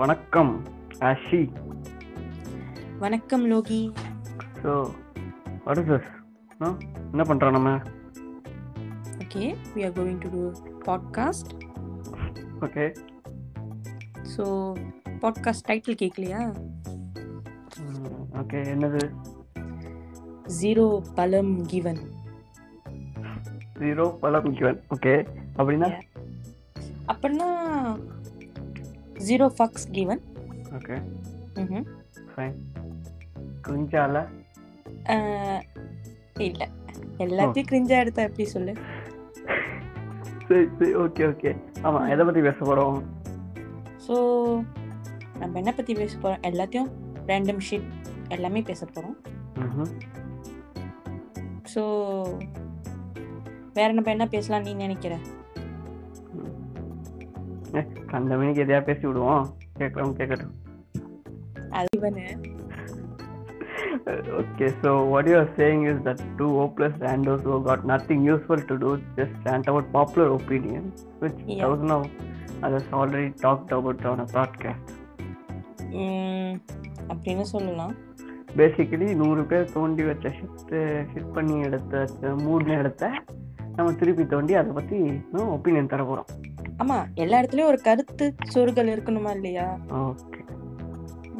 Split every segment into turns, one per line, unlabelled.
வணக்கம் ஆஷி
வணக்கம் Loki
so what is this என்ன பண்ணுறோம் நம்ம
okay we are going to do podcast
okay
so podcast title கேட்கலையா
ஓகே என்னது
ஜீரோ பலம் கிவன்
ஜீரோ பலம் கிவன் ஓகே அப்படின்னா
அப்படின்னா zero fucks given
okay
Mm-hmm.
Fine குஞ்சால
இல்லை எல்லாத்தையும் கிரிஞ்சா எடுத்தா எப்படி சொல்லு
சரி சரி ஓகே ஓகே ஆமாம் எதை பற்றி பேச போகிறோம்
ஸோ நம்ம என்ன பற்றி பேச போகிறோம் எல்லாத்தையும் ரேண்டம் ஷீட் எல்லாமே பேச போகிறோம் ஸோ வேற நம்ம என்ன பேசலாம் நீ நினைக்கிற
அந்த மணிக்கு எதையா பேசி விடுவோம் கேட்கலாம் கேட்கட்டும்
அது இவனு
okay so what you are saying is that two hopeless randos who got nothing useful to do just rant about popular opinion which
Yeah.
thousands of others already talked about on a podcast
ம், அப்படின்னு சொல்லலாம்
basically நூறு பேர் தோண்டி வச்ச shift shift பண்ணி எடுத்த மூடின இடத்த நம்ம திருப்பி தோண்டி அதை பற்றி இன்னும் ஒப்பீனியன் தர போகிறோம்
ஆமா எல்லா இடத்துலயும் ஒரு கருத்து சொருகல் இருக்கணுமா இல்லையா
ஓகே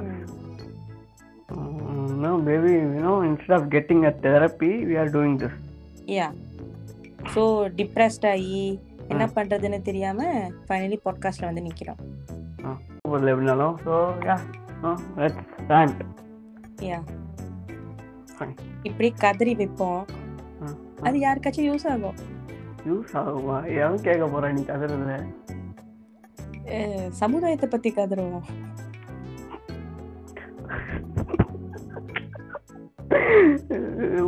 Mm, இன்னும் மேபி இன்னும் instead of getting a therapy we are doing this
yeah so depressed ஆகி என்ன பண்றதுன்னு தெரியாம ஃபைனலி பாட்காஸ்ட்ல வந்து நிக்கிறோம்
Ah, ஊரில் எப்படினாலும் so yeah let's rant
yeah
Fine.
இப்படி கதறி வைப்போம்
ஆ, ஆ.
அது யாருக்காச்சும் யூஸ் ஆகும்
யூஸ் ஆகுமா எவன் கேட்க போறான் நீ கதறதுல
அஹ், சமுதாயத்தை பத்தி கதறுவோம்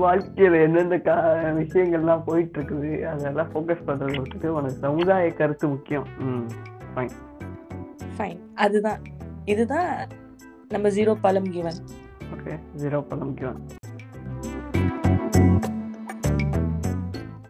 வாழ்க்கையில எந்தெந்த கா விஷயங்கள்லாம் போயிட்டு இருக்குது அதெல்லாம் ஃபோக்கஸ் பண்றது விட்டுட்டு உனக்கு சமுதாய கருத்து முக்கியம் ம் ஃபைன்
ஃபைன் அதுதான் இதுதான் நம்ம ஜீரோ பலம் கிவன்
ஓகே ஜீரோ பண்ண முக்கியம்